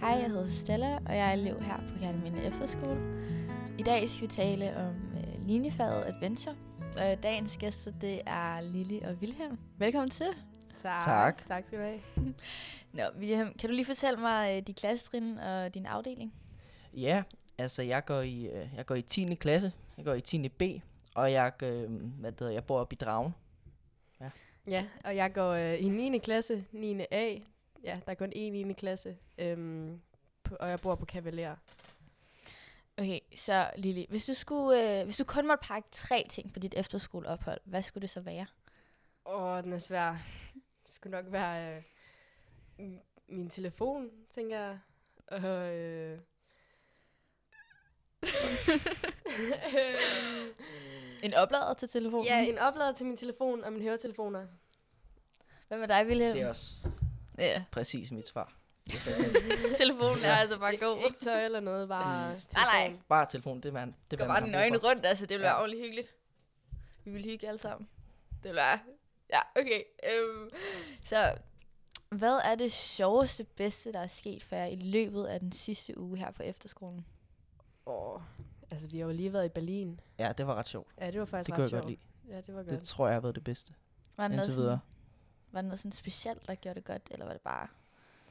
Hej, jeg hedder Stella, og jeg er elev her på Kærteminde Efterskole. I dag skal vi tale om øh, linjefaget Adventure. Og dagens gæster, det er Lili og Vilhelm. Velkommen til. Tak. Tak. Tak skal du have. Nå, Vilhelm, kan du lige fortælle mig øh, de klassetrin og din afdeling? Ja, altså jeg går i, øh, jeg går i 10. klasse, jeg går i 10. B, og jeg, øh, hvad det hedder, jeg bor oppe i Dragen. Ja, og jeg går øh, i 9. klasse, 9. A. Ja, der er kun én 9. klasse, øhm, på, og jeg bor på Kavaler. Okay, så Lili, hvis du, skulle, øh, hvis du kun måtte pakke tre ting på dit efterskoleophold, hvad skulle det så være? Åh, den er svær. Det skulle nok være øh, m- min telefon, tænker jeg. Og, øh, Øhm, En oplader til telefonen? ja, en oplader til min telefon og mine høretelefoner. Hvad med dig, Vilhelm? Det er også Ja. præcis mit svar. Telefonen er altså bare Ikke, god. ikke tøj eller noget, bare Mm. telefon. Nej, nej. Bare telefon, det er man, det Gå man bare har den brug nøgne for. rundt, altså. Det ville være Ja. ordentligt hyggeligt. Vi ville hygge alle sammen. Det ville være... Ja, okay. Øhm. Så hvad er det sjoveste, bedste, der er sket for jer i løbet af den sidste uge her på efterskolen? Åh, altså, vi har jo lige været i Berlin. Ja, det var ret sjovt. Ja, det var faktisk Det Altså ret kunne jeg sjovt. godt lide. Ja, det var godt. Det tror jeg har været det bedste Var der, noget indtil videre. sådan, var der noget sådan specielt, der gjorde det godt, eller var det bare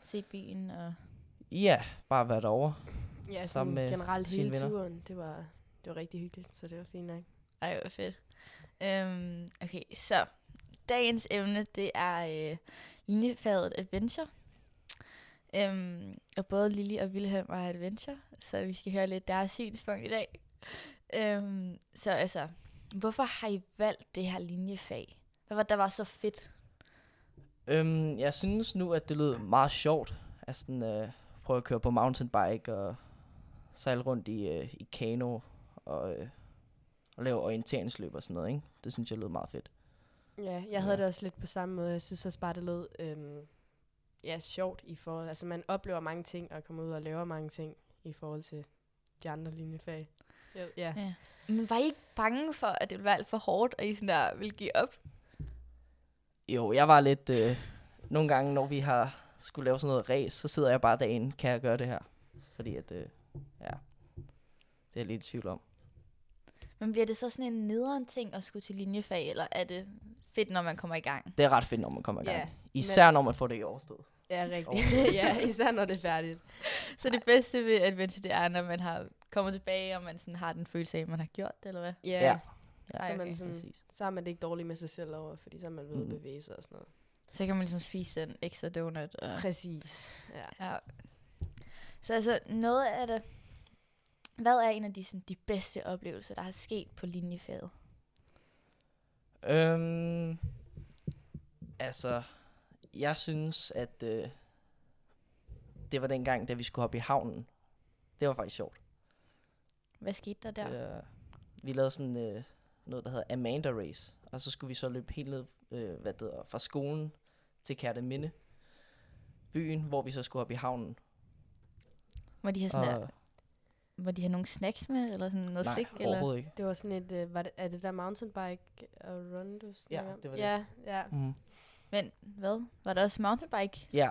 at se byen? Og... Ja, bare været over. Ja, sådan sammen med generelt sine hele venner. turen, det var, det var rigtig hyggeligt, så det var fint nok. Ej, hvor fedt. Øhm, okay, så dagens emne, det er øh, linjefaget Adventure. Øhm, og både Lili og Vilhelm er Adventure, så vi skal høre lidt deres synspunkt i dag. Øhm, så altså, hvorfor har I valgt det her linjefag? Hvad var det, der var så fedt? Øhm, jeg synes nu, at det lød meget sjovt. Altså, sådan, øh, prøve at køre på mountainbike og sejle rundt i, øh, i kano og, øh, og lave orienteringsløb og sådan noget, ikke? Det synes jeg lød meget fedt. Ja, jeg havde Ja. det også lidt på samme måde. Jeg synes også bare, det lød øhm, ja, sjovt i forhold. Altså, man oplever mange ting og kommer ud og laver mange ting i forhold til de andre linjefag. Ja. ja. Men var I ikke bange for, at det ville være alt for hårdt, og I sådan der ville give op? Jo, jeg var lidt... Øh, nogle gange, når vi har skulle lave sådan noget race, så sidder jeg bare derinde, kan jeg gøre det her? Fordi at, øh, ja, det er jeg lidt i tvivl om. Men bliver det så sådan en nederen ting at skulle til linjefag, eller er det fedt, når man kommer i gang? Det er ret fedt, når man kommer i gang. Ja, Især når man får det i overstået. Ja, rigtigt. ja, især når det er færdigt. Så det bedste ved adventure, det er, når man har kommer tilbage, og man sådan har den følelse af, at man har gjort det, eller hvad? Ja, Ja. Ej, Så, er okay. man sådan, Præcis. så er man det ikke dårlig med sig selv over, fordi så er man ved at Mm. bevæge sig og sådan noget. Så kan man ligesom spise den ekstra donut. Og, Præcis. Ja. ja. Så altså, noget af det... Hvad er en af de, sådan, de bedste oplevelser, der har sket på linjefaget? Øhm, altså, jeg synes, at øh, det var dengang, da vi skulle hoppe i havnen. Det var faktisk sjovt. Hvad skete der der? Øh, vi lavede sådan øh, noget, der hedder Amanda Race, og så skulle vi så løbe helt ned øh, hvad det hedder, fra skolen til Kærteminde, byen, hvor vi så skulle op i havnen. Må de have, sådan der, må de have nogle snacks med, eller sådan noget nej, slik? Eller? overhovedet ikke. Det var sådan et, øh, var det, er det der mountainbike og run, du snakker om? det var det. Ja, ja. Mm. Men hvad? Var der også mountainbike? Ja,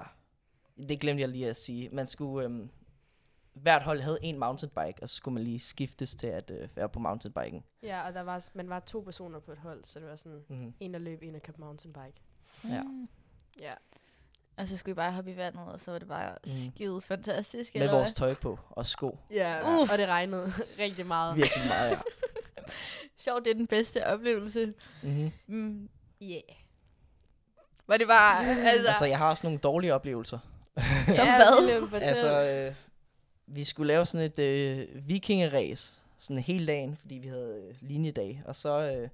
det glemte jeg lige at sige. Man skulle, øhm, hvert hold havde en mountainbike, og så skulle man lige skiftes til at øh, være på mountainbiken. Ja, og der var, s- man var to personer på et hold, så det var sådan Mm-hmm. Mm. en, der løb, en, der kørte mountainbike. Ja. Mm. Ja. Og så skulle I bare hoppe i vandet, og så var det bare Mm. skide fantastisk, Med eller vores tøj på og sko. Ja, Uff. og det regnede rigtig meget. Virkelig meget, ja. hvad? Sjovt, det er den bedste oplevelse. Mm-hmm. Mm. Yeah. Var det bare, altså... Altså, jeg har også nogle dårlige oplevelser. Som hvad? Altså, øh, vi skulle lave sådan et øh, vikingeræs, sådan hele dagen, fordi vi havde øh, linjedag. Og så øh,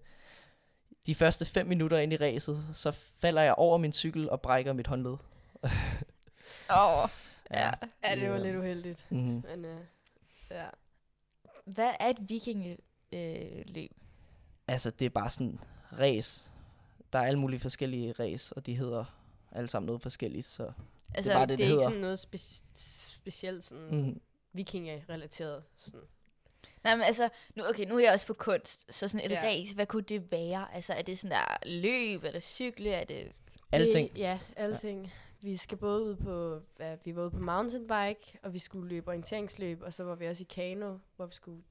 de første fem minutter ind i ræset, så falder jeg over min cykel og brækker mit håndled. Åh, oh, ja. Ja, det var Ja. lidt uheldigt. Mm-hmm. Men øh, ja. Hvad er et vikingeløb? Øh, løb? Altså, det er bare sådan ræs. Der er alle mulige forskellige ræs, og de hedder alle sammen noget forskelligt. Så. altså, bare det, det, det er det ikke hedder. sådan noget spe- specielt sådan mm. Mm. vikinge-relateret. Sådan. nej, men altså, nu, okay, nu er jeg også på kunst, så sådan et Ja. ja. race, hvad kunne det være? Altså, er det sådan der løb, eller cykle, er det... Alle Det- ting. Ja, alting. Vi skal både ud på, hvad, vi var ude på mountainbike, og vi skulle løbe orienteringsløb, og så var vi også i kano, hvor vi skulle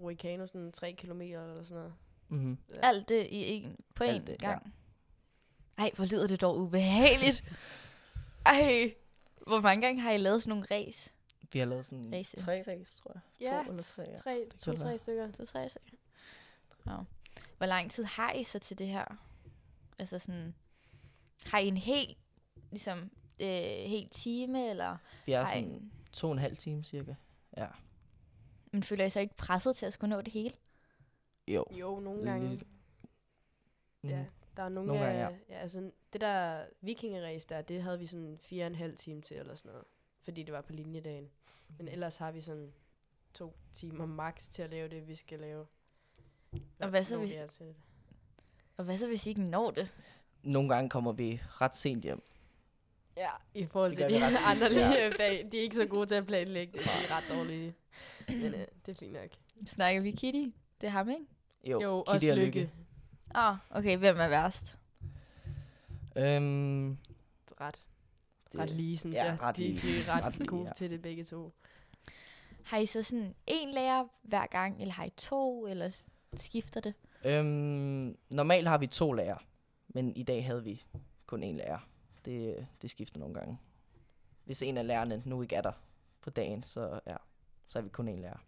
ro i kano sådan 3 km eller sådan noget. Mm-hmm. Ja. Alt det i en, på Alt én det, ja. gang. Ja. Ej, hvor lyder det dog ubehageligt. Ej, hvor mange gange har I lavet sådan nogle ræs? Vi har lavet sådan Race. tre race, tror jeg. to eller tre. Ja. tre, tror, to, det var. tre stykker. Du tre sikkert. Wow. Hvor lang tid har I så til det her? Altså sådan, har I en hel, ligesom, øh, hel time, eller Vi er har I sådan en, to og en halv time cirka. Ja. men føler I så ikke presset til at skulle nå det hele? Jo. Jo, nogle Lille- gange. Mm. Ja, der er nogle, Nogle nogle gange, gange, ja. altså det der vikingeræs der, det havde vi sådan fire og en halv time til eller sådan noget, fordi det var på linjedagen. Mhm. Men ellers har vi sådan to timer max til at lave det, vi skal lave. Og hvad så, når hvis- vi er til det. Og hvad så, hvis I ikke når det? Nogle gange kommer vi ret sent hjem. Ja, i forhold Det til gør de vi ret tit, andre ja. lige fag. De er ikke så gode til at planlægge det. De er ret dårlige. Men øh, det er fint nok. Snakker vi Kitty? Det er ham, ikke? Jo, Jo, Kitty også og lykke. Ah, okay, hvem er værst? Øhm, Ret, ret lige, synes ja, jeg. ret de, lige. de er ret, Ret lige, gode ja. til det begge to. Har I så sådan en lærer hver gang, eller har I to, eller s- skifter det? Øhm, normalt har vi to lærere, men i dag havde vi kun én lærer. Det, øh, det skifter nogle gange. Hvis en af lærerne nu ikke er der på dagen, så, ja, så er vi kun én lærer.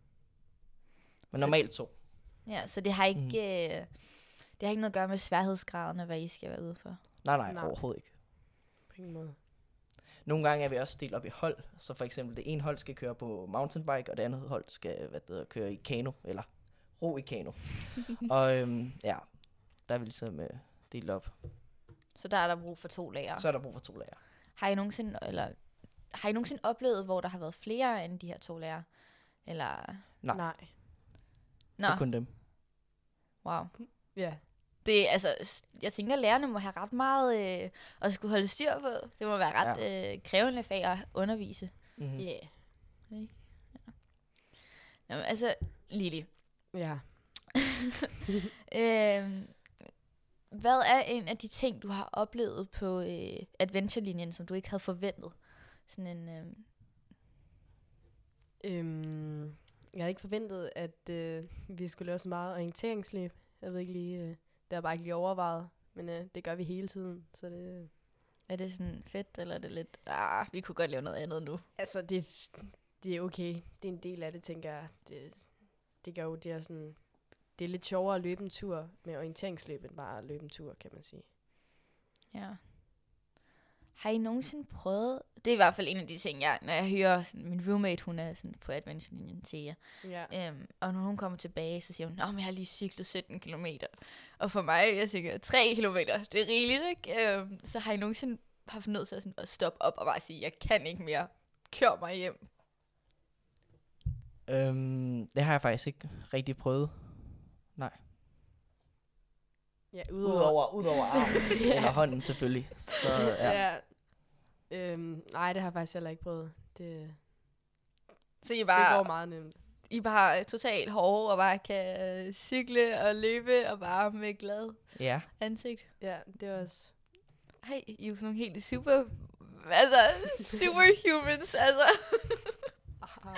Men Så- normalt to. Ja, så det har ikke, mm. øh, det har ikke noget at gøre med sværhedsgraden af, hvad I skal være ude for. Nej, nej, nej, Nej. overhovedet ikke. På ingen måde. Nogle gange er vi også delt op i hold, så for eksempel det ene hold skal køre på mountainbike, og det andet hold skal hvad det hedder, køre i kano, eller ro i kano. og øhm, ja, der er vi ligesom øh, delt op. Så der er der brug for to lærere. Så er der brug for to lærere. Har I nogensinde, eller, har I nogensinde oplevet, hvor der har været flere end de her to lærere? Eller, Nej. Nej. nå, Det er kun dem. wow. Ja, Det, er altså, s- jeg tænker, lærerne må have ret meget øh, at skulle holde styr på. Det må være ret ja. øh, krævende fag at undervise. Mm-hmm. ja. Jamen, altså, Lili, Ja. øh, hvad er en af de ting, du har oplevet på øh, adventurelinjen, som du ikke havde forventet? Sådan en, øh, Øhm, jeg havde ikke forventet, at øh, vi skulle lave så meget orienteringsløb. Jeg ved ikke lige, øh, det har jeg bare ikke lige overvejet, men øh, det gør vi hele tiden. Så det, øh, er det sådan fedt, eller er det lidt, ah, vi kunne godt lave noget andet nu? altså, det, det er okay. Det er en del af det, tænker jeg. Det, det gør jo, det er sådan... Det er lidt sjovere at løbe en tur med orienteringsløb, end bare at løbe en tur, kan man sige. Ja. Har I nogensinde prøvet... Det er i hvert fald en af de ting, jeg, når jeg hører sådan, min roommate, hun er sådan på adventurelinjen til jer. Ja. Øhm, og når hun kommer tilbage, så siger hun, Nå, men jeg har lige cyklet 17 km. Og for mig, jeg tænker, 3 km, det er rigeligt, ikke? Øhm, så har I nogensinde haft nødt til at, sådan, at stoppe op og bare sige, jeg kan ikke mere, kør mig hjem. Øhm, det har jeg faktisk ikke rigtig prøvet. ja Udover, udover armen Ja. eller hånden selvfølgelig. Så ja. ja. Øhm, nej, det har jeg faktisk heller ikke prøvet. Det, Så I det går bare, meget nemt. I bare er totalt hårde og bare kan øh, cykle og løbe og bare med glad ja. ansigt. Ja, det er også... Ej, I er jo sådan nogle helt super... Altså, superhumans, altså. Ah,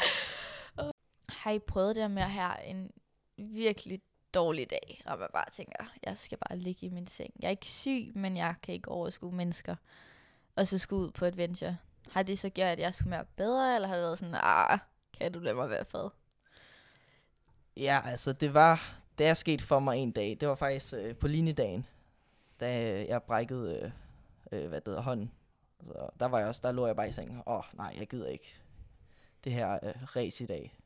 Har I prøvet det der med at have en virkelig dårlig dag, og man bare tænker, jeg skal bare ligge i min seng. Jeg er ikke syg, men jeg kan ikke overskue mennesker. Og så skulle ud på adventure. Har det så gjort, at jeg skulle være bedre, eller har det været sådan, ah, kan du lade mig være i fred? Ja, altså det var, det er sket for mig en dag. Det var faktisk øh, på linjedagen, da øh, jeg brækkede, øh, øh, hvad det hedder, hånden. Så der var jeg også, der lå jeg bare i sengen. Åh, oh, nej, jeg gider ikke det her øh, race i dag.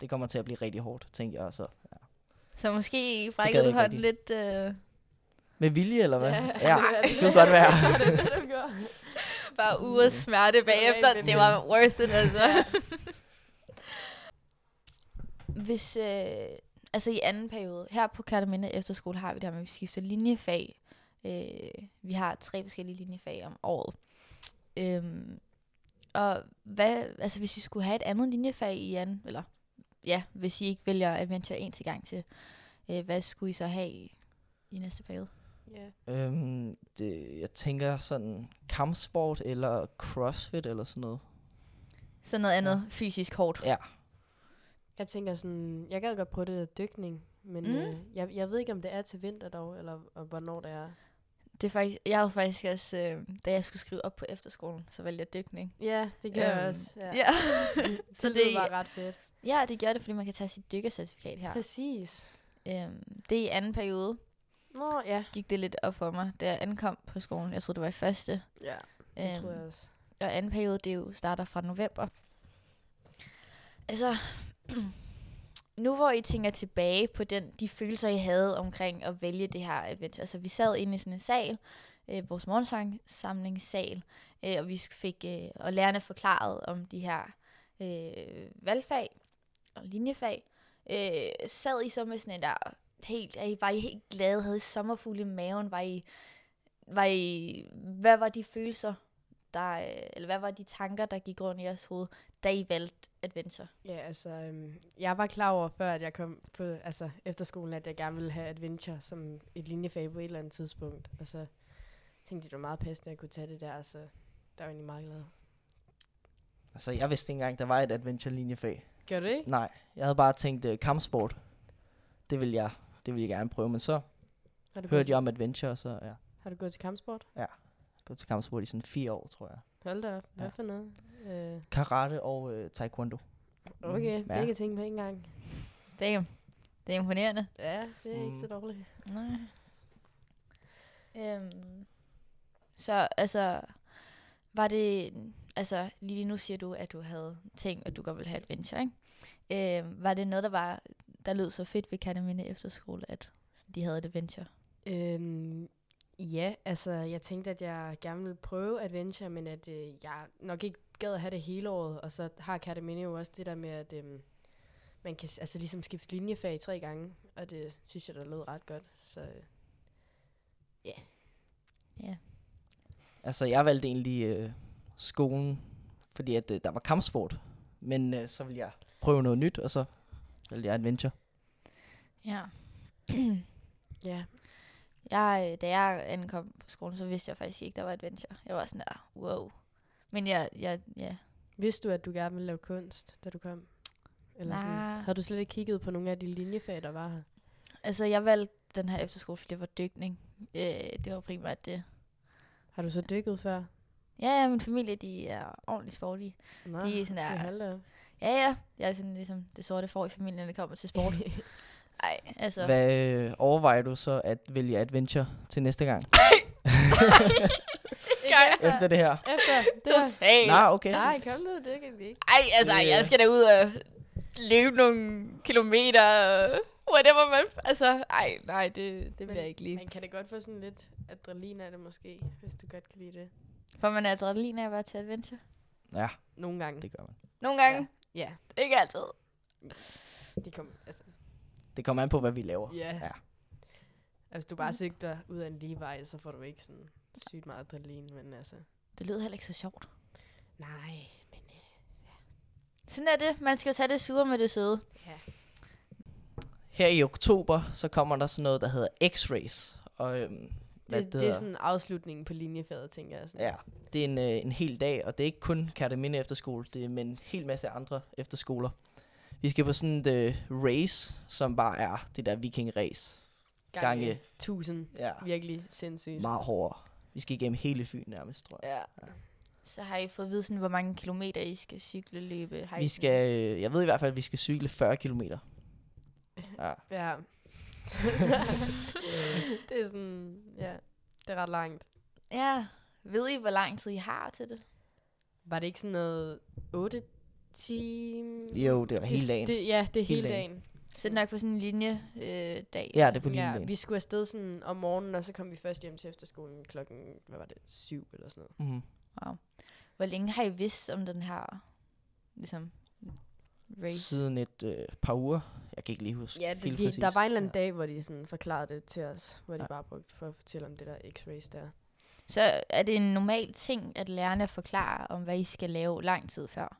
Det kommer til at blive rigtig hårdt, tænkte jeg så. Så måske gad brækkede jeg du ikke hånden lidt... Øh, Med vilje, eller hvad? Ja, det er det kunne godt være. bare ugers smerte bagefter. rent Det var worth it, altså. Hvis, øh, altså i anden periode, her på Kærteminde Efterskole har vi det her med, at vi skifter linjefag. Øh, vi har tre forskellige linjefag om året. Øhm, og hvad, altså hvis I skulle have et andet linjefag i anden, eller ja, hvis I ikke vælger Adventure 1 til gang til, øh, hvad skulle I så have i, i næste periode? Ja. øhm, det, jeg tænker sådan kampsport eller crossfit eller sådan noget. Sådan noget andet ja. fysisk hårdt. Ja. Jeg tænker sådan, jeg gad godt prøve det der dykning, men Mm. mm. øh, jeg, jeg ved ikke, om det er til vinter dog, eller og hvornår det er. Det er faktisk, jeg havde faktisk også, øh, da jeg skulle skrive op på efterskolen, så valgte jeg dykning. Ja, det gør jeg Øhm, også. Ja. Ja. det så Så det det- var ret fedt. ja, det gjorde det, fordi man kan tage sit dykkercertifikat her. Ja. Præcis. Øhm, det er i anden periode, Nå, ja. gik det lidt op for mig, da jeg ankom på skolen. Jeg troede, det var i første. Ja, det Øhm, tror jeg også. Og anden periode, det jo starter fra november. Altså, nu hvor I tænker tilbage på den, de følelser, I havde omkring at vælge det her adventure. Altså, vi sad inde i sådan en sal, øh, vores morgensamlingssal, øh, og vi sk- fik øh, og lærerne forklaret om de her øh, valgfag og linjefag. Øh, sad I så med sådan en der helt, er I, var I helt glade, havde I sommerfugle i maven, var I, var I, hvad var de følelser, der, øh, eller hvad var de tanker, der gik rundt i jeres hoved, da I valgte Adventure? Ja, altså, øhm, jeg var klar over, før at jeg kom på altså, efterskolen, at jeg gerne ville have adventure som et linjefag på et eller andet tidspunkt. Og så tænkte jeg, det var meget passende, at jeg kunne tage det der, så der var jeg egentlig meget glad. Altså, jeg vidste ikke engang, der var et adventure-linjefag. Gør du ikke? Nej, jeg havde bare tænkt øh, kampsport. Det vil jeg, det vil jeg gerne prøve, men så Har du, gået hørte til, jeg om adventure, og så ja, har du gået til kampsport? gået til kampsport i sådan fire år, tror jeg. Hold da op. Hvad Ja. for noget? Øh, Karate og øh, taekwondo. okay, ja. begge ting på en gang. Damn. Det er imponerende. Ja, det er mm. ikke Mm. så dårligt. Nej. Øhm, så altså, var det, altså lige nu siger du, at du havde tænkt, at du godt ville have Adventure, ikke? Øhm, var det noget, der var, der lød så fedt ved Kataminde Efterskole, at de havde et Adventure? Øhm, ja, altså jeg tænkte, at jeg gerne ville prøve adventure, men at øh, jeg nok ikke gad at have det hele året. Og så har Academia jo også det der med, at øhm, man kan s- altså, ligesom skifte linjefag tre gange, og det synes jeg, der lød ret godt. Så øh, Altså, jeg valgte egentlig øh, skolen, fordi at øh, der var kampsport. Men øh, så ville jeg prøve noget nyt, og så valgte jeg adventure. Ja. ja, Jeg, øh, da jeg ankom på skolen, så vidste jeg faktisk ikke, der var Adventure. Jeg var sådan der, wow. Men jeg, jeg, ja, vidste du, at du gerne ville lave kunst, da du kom? Eller sådan, Nej. havde du slet ikke kigget på nogle af de linjefag, der var her? Altså, jeg valgte den her efterskole, fordi det var dykning. Øh, det var primært det. Har du så dykket før? Ja, ja, min familie, de er ordentligt sportige. Nej, De er sådan Ah, det der, holdt op. ja, ja. Jeg er sådan ligesom det sorte får i familien, når det kommer til sport. Ej, altså. Hvad øh, overvejer du så at vælge adventure til næste gang? Gør Efter det her? Efter det var... Totalt. Nej, okay. Nej, kom nu, det kan vi ikke. Ej, altså, Øh. jeg skal da ud og løbe nogle kilometer. øh, Whatever man... Altså, ej, nej, det, det Men- bliver jeg ikke lige. Man kan da godt få sådan lidt adrenalin af det måske, hvis du godt kan lide det. Får man adrenalin af at være til adventure? Ja, Nogle gange. det gør man. Nogle gange. Ja, Ja. Ikke altid. det kommer, altså, Det kommer an på, hvad vi laver. ja. Ja. ja. Altså, du bare cykler ud af en lige vej, så får du ikke sådan sygt meget adrenalin, men altså, Det lyder heller ikke så sjovt. nej, men øh, Sådan er det. Man skal jo tage det sure med det søde. ja. Her i oktober, så kommer der sådan noget, der hedder X-Rays. Og øhm, hvad Det, det er sådan afslutningen på linjefaget, tænker jeg. Sådan. Ja, det er en, øh, en hel dag, og det er ikke kun Kærteminde Efterskole, det er med en hel masse andre efterskoler. Vi skal på sådan et øh, race, som bare er det der viking-race. gange. Tusind. Ja, Virkelig sindssygt. meget hårdere. Vi skal igennem hele Fyn nærmest, tror jeg. Ja. Så har I fået at vide, sådan, hvor mange kilometer I skal cykle, løbe, hejse. Vi skal, øh, jeg ved i hvert fald, at vi skal cykle 40 km. Ja, ja. det er sådan, ja, det er ret langt. Ja. Ved I, hvor lang tid I har til det? Var det ikke sådan noget 8 timer? Jo, det var hele dagen. Det, ja, det er hele, Hele hele dagen. dagen. dagen. Så er det nok på sådan en linje øh, dag. ja det er på linjen. Ja, vi skulle afsted sådan om morgenen, og så kom vi først hjem til efterskolen klokken, hvad var det, syv eller sådan noget. mm. Wow. Hvor længe har I vidst om den her ligesom, race? Siden et øh, par uger. Jeg kan ikke lige huske Ja, det, helt vi, præcis. der var en eller anden ja. dag, hvor de sådan forklarede det til os, hvor de Ja. bare brugte for at fortælle om det der x-rays der. Så er det en normal ting, at lærerne forklarer om, hvad I skal lave lang tid før.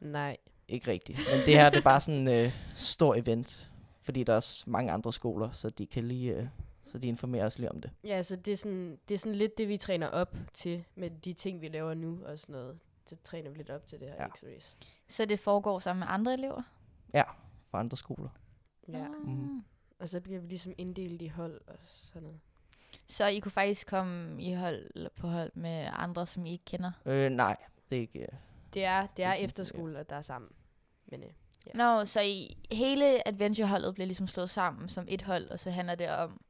Nej. Ikke rigtigt. Men det her, det er bare sådan en øh, stor event. Fordi der er også mange andre skoler, så de kan lige... Øh, så de informerer os lige om det. Ja, så det er, sådan, det er sådan lidt det, vi træner op til med de ting, vi laver nu og sådan noget. Så træner vi lidt op til det her Ja. ja. X-Race. Så det foregår sammen med andre elever? fra andre skoler. Ja. Mm. Og så bliver vi ligesom inddelt i hold og sådan noget. Så I kunne faktisk komme i hold, eller på hold med andre, som I ikke kender? Øh, nej, det er ikke... Øh, Det er, det er er sådan, det er. efterskole, og der er sammen. Men øh, Ja. Nå, så I, hele adventureholdet bliver ligesom slået sammen som et hold, og så handler det om,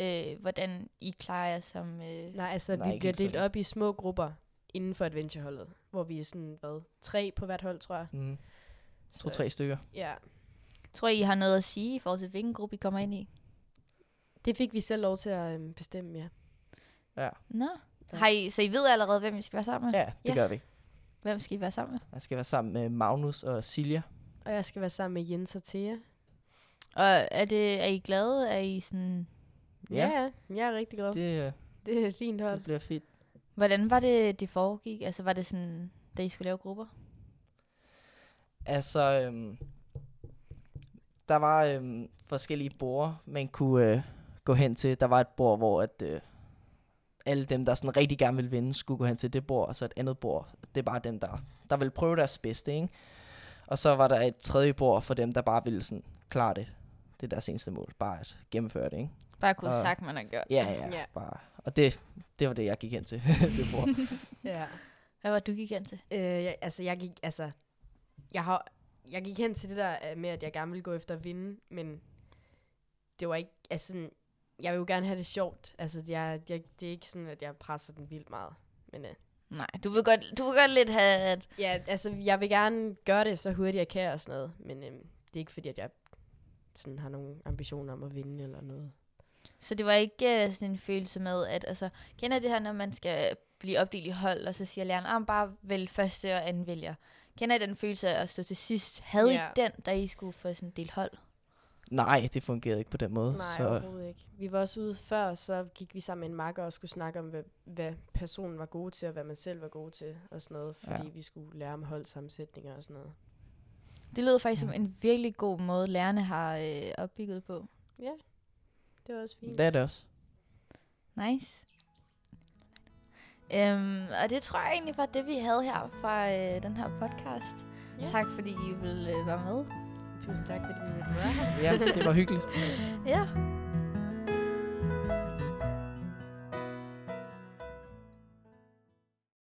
øh, hvordan I klarer jer som... Øh, nej, altså Nej, nej, vi ikke bliver helt delt op i små grupper inden for adventureholdet, hvor vi er sådan, hvad, tre på hvert hold, tror jeg. mm, Så, to-tre stykker. Ja, tror I, I har noget at sige i forhold til, hvilken gruppe I kommer ind i? det fik vi selv lov til at øhm, bestemme, ja. Nå. Ja. Har I, så I ved allerede, hvem I skal være sammen med? Ja, det Ja. ja. gør vi. Hvem skal I være sammen med? Jeg skal være sammen med Magnus og Silja. Og jeg skal være sammen med Jens og Thea. Og er, det, er I glade? Er I sådan... Ja. ja jeg er rigtig glad. Det, Det, øh, det er et fint hold. det bliver fint. Hvordan var det, det foregik? Altså, var det sådan, da I skulle lave grupper? Altså, øhm, der var øhm, forskellige borde, man kunne øh, gå hen til. Der var et bord, hvor at, øh, alle dem, der sådan rigtig gerne ville vinde, skulle gå hen til det bord, og så et andet bord. Det er bare dem, der, der ville prøve deres bedste, ikke? Og så var der et tredje bord for dem, der bare ville sådan klare det. Det er deres eneste mål, bare at gennemføre det, ikke? Bare kunne Og- have sagt, man har gjort. Ja, ja, Ja. ja. Bare. Og det, det var det, jeg gik hen til, det bord. Ja. Hvad var det, du gik hen til? Øh, jeg, altså, jeg gik, altså, jeg, har, jeg gik hen til det der øh, med, at jeg gerne ville gå efter at vinde, men det var ikke, altså, sådan, jeg vil jo gerne have det sjovt. Altså, jeg, jeg, det er ikke sådan, at jeg presser den vildt meget. Men øh, Nej, du vil godt, du vil godt lidt have, at ja, altså, jeg vil gerne gøre det så hurtigt, jeg kan og sådan noget, men øh, det er ikke fordi, at jeg sådan har nogen ambitioner om at vinde eller noget. Så det var ikke øh, sådan en følelse med, at altså, kender I det her, når man skal blive opdelt i hold, og så siger læreren, om bare vælg første og anden vælger. Kender I den følelse af at stå til sidst? Havde Ja. I den, da I skulle få sådan delt hold? Nej, det fungerede ikke på den måde. Nej, så... så overhovedet ikke. Vi var også ude før, og så gik vi sammen med en makker og skulle snakke om, hvad, hvad personen var god til, og hvad man selv var god til, og sådan noget, fordi ja. vi skulle lære om holdsammensætninger og sådan noget. Det lød faktisk som en virkelig god måde, lærerne har øh, opbygget på. Ja, det var også fint. det er det også. Nice. Øhm, og det tror jeg egentlig var det, vi havde her fra øh, den her podcast. Ja. Tak fordi I ville øh, være med. Tusind tak, fordi du ville være her. Ja, det var hyggeligt. Ja,